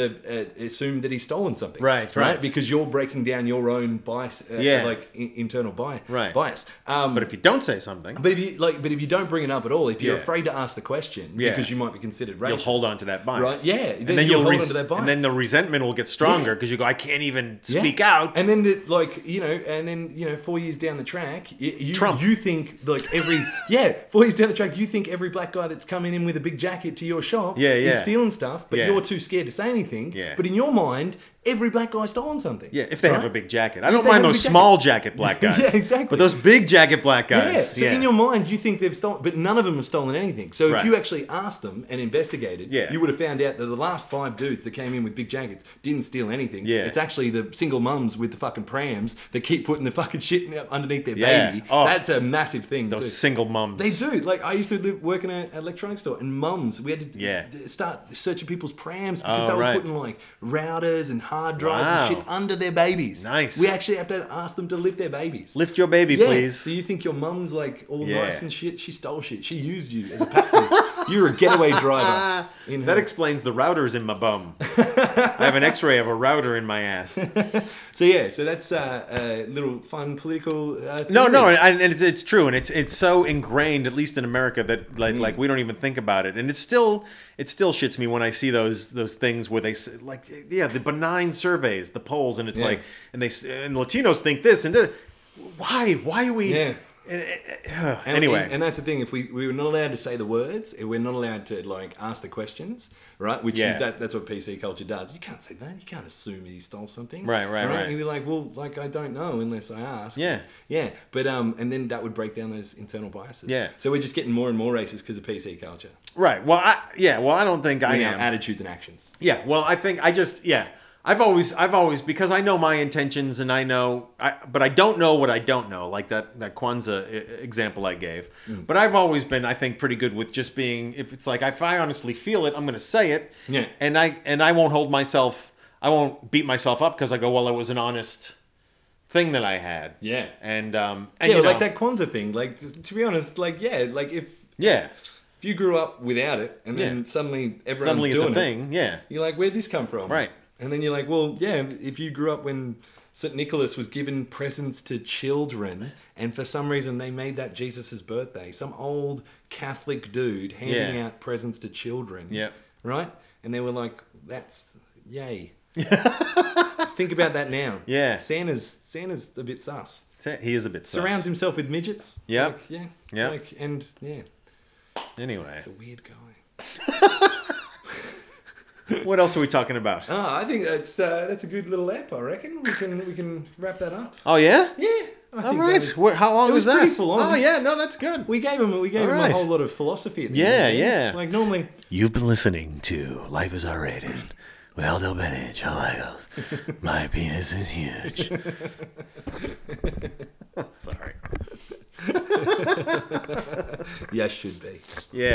Speaker 1: to uh, assume that he's stolen something.
Speaker 2: Right, right.
Speaker 1: Because you're breaking down your own bias, uh,
Speaker 2: Yeah.
Speaker 1: like in- internal bias.
Speaker 2: Right.
Speaker 1: Bias. Um,
Speaker 2: but if you don't say something,
Speaker 1: but if you like, but if you don't bring it up at all, if you're
Speaker 2: Yeah.
Speaker 1: afraid to ask the question
Speaker 2: Yeah.
Speaker 1: because you might be considered racist,
Speaker 2: you'll hold on to that bias.
Speaker 1: Right? Yeah.
Speaker 2: and then, you'll,
Speaker 1: hold
Speaker 2: res-
Speaker 1: on to that bias.
Speaker 2: and then the resentment will get stronger because you go I can't even speak out.
Speaker 1: And then, the, like you know, and then you know, four years down the track, y- you
Speaker 2: Trump.
Speaker 1: you think like every yeah, four years down the track, you think every black guy that's coming in with a big jacket to your shop,
Speaker 2: Yeah, yeah.
Speaker 1: is stealing stuff, but
Speaker 2: Yeah.
Speaker 1: you're too scared to say anything.
Speaker 2: Yeah.
Speaker 1: But in your mind, every black guy's stolen something.
Speaker 2: Yeah, if they have
Speaker 1: right?
Speaker 2: a big jacket. I don't
Speaker 1: they
Speaker 2: mind
Speaker 1: have a
Speaker 2: those
Speaker 1: big
Speaker 2: small jacket black guys.
Speaker 1: Yeah, exactly.
Speaker 2: But those big jacket black guys.
Speaker 1: Yeah. So in your mind, you think they've stolen, but none of them have stolen anything. So if
Speaker 2: Right.
Speaker 1: you actually asked them and investigated,
Speaker 2: Yeah.
Speaker 1: you would have found out that the last five dudes that came in with big jackets didn't steal anything.
Speaker 2: Yeah.
Speaker 1: It's actually the single mums with the fucking prams that keep putting the fucking shit up underneath their
Speaker 2: Yeah.
Speaker 1: baby.
Speaker 2: Oh.
Speaker 1: That's a massive thing.
Speaker 2: those
Speaker 1: too.
Speaker 2: single mums.
Speaker 1: They do. Like I used to live, work in a- an electronics store, and mums, we had to d-
Speaker 2: Yeah.
Speaker 1: d- start searching people's prams because
Speaker 2: Oh,
Speaker 1: they were
Speaker 2: right.
Speaker 1: putting like routers and hard drives and
Speaker 2: Wow.
Speaker 1: shit under their babies.
Speaker 2: Nice.
Speaker 1: We actually have to ask them to lift their babies.
Speaker 2: Lift your baby,
Speaker 1: yeah.
Speaker 2: please.
Speaker 1: So you think your mum's like all
Speaker 2: Yeah.
Speaker 1: nice and shit? She stole shit. She used you as a patsy. You're a getaway driver. In
Speaker 2: That
Speaker 1: her-
Speaker 2: explains the routers in my bum. I have an X-ray of a router in my ass.
Speaker 1: so yeah. So that's uh, a little fun political. Uh,
Speaker 2: No,
Speaker 1: theory.
Speaker 2: no, and, and it's, it's true, and it's it's so ingrained, at least in America, that
Speaker 1: Mm.
Speaker 2: like like we don't even think about it, and it still it still shits me when I see those those things where they s- like yeah the benign surveys, the polls, and it's
Speaker 1: Yeah.
Speaker 2: like and they s- and Latinos think this and this. why why are we
Speaker 1: Yeah.
Speaker 2: and- and-
Speaker 1: And,
Speaker 2: anyway
Speaker 1: and, and that's the thing. If we, we were not allowed to say the words, and we're not allowed to like ask the questions, right? Which
Speaker 2: Yeah.
Speaker 1: is that that's what PC culture does. You can't say that. You can't assume he stole something,
Speaker 2: Right, right, right.
Speaker 1: And you're like, well, like I don't know unless I ask.
Speaker 2: Yeah.
Speaker 1: yeah. But um, and then that would break down those internal biases.
Speaker 2: Yeah.
Speaker 1: So we're just getting more and more racist because of PC culture
Speaker 2: right well I yeah well I don't think I
Speaker 1: in
Speaker 2: am
Speaker 1: our attitudes and actions.
Speaker 2: Yeah, well, I think I just yeah. I've always I've always because I know my intentions and I know I but I don't know what I don't know like that that Kwanzaa e- example I gave.
Speaker 1: Mm.
Speaker 2: But I've always been I think pretty good with just being if it's like if I honestly feel it, I'm going to say it.
Speaker 1: Yeah.
Speaker 2: And I and I won't hold myself I won't beat myself up because I go well it was an honest thing that I had.
Speaker 1: Yeah.
Speaker 2: And um and
Speaker 1: yeah,
Speaker 2: you know,
Speaker 1: like that Kwanzaa thing. Like t- to be honest, like yeah, like if
Speaker 2: Yeah.
Speaker 1: if you grew up without it and then
Speaker 2: Yeah.
Speaker 1: suddenly everyone's
Speaker 2: Suddenly it's
Speaker 1: doing
Speaker 2: a
Speaker 1: it,
Speaker 2: thing. Yeah.
Speaker 1: You're like, where'd this come from?
Speaker 2: Right.
Speaker 1: And then you're like, well, yeah, if you grew up when St. Nicholas was giving presents to children, and for some reason they made that Jesus' birthday, some old Catholic dude handing
Speaker 2: Yeah.
Speaker 1: out presents to children.
Speaker 2: Yep.
Speaker 1: Right? And they were like, that's yay. Think about that now.
Speaker 2: Yeah.
Speaker 1: Santa's Santa's a bit sus.
Speaker 2: He is a bit sus.
Speaker 1: Surrounds himself with midgets.
Speaker 2: Yep.
Speaker 1: Like, yeah.
Speaker 2: Yep.
Speaker 1: Like, and yeah,
Speaker 2: Anyway.
Speaker 1: it's a weird guy.
Speaker 2: What else are we talking about?
Speaker 1: Ah, I think that's uh, that's a good little app. I reckon we can we can wrap that up.
Speaker 2: Oh yeah?
Speaker 1: Yeah. I
Speaker 2: All
Speaker 1: think
Speaker 2: right.
Speaker 1: that was-
Speaker 2: What- how long
Speaker 1: it was
Speaker 2: that?
Speaker 1: pretty full on.
Speaker 2: Oh yeah, no, that's good.
Speaker 1: we gave him we gave
Speaker 2: All
Speaker 1: him
Speaker 2: right.
Speaker 1: a whole lot of philosophy. At the
Speaker 2: Yeah,
Speaker 1: end,
Speaker 2: yeah.
Speaker 1: Like normally,
Speaker 3: You've been listening to Life is R-Rated with Aldo Bennett, John Michaels. My penis is huge.
Speaker 2: Sorry.
Speaker 1: yeah, should be.
Speaker 2: Yeah.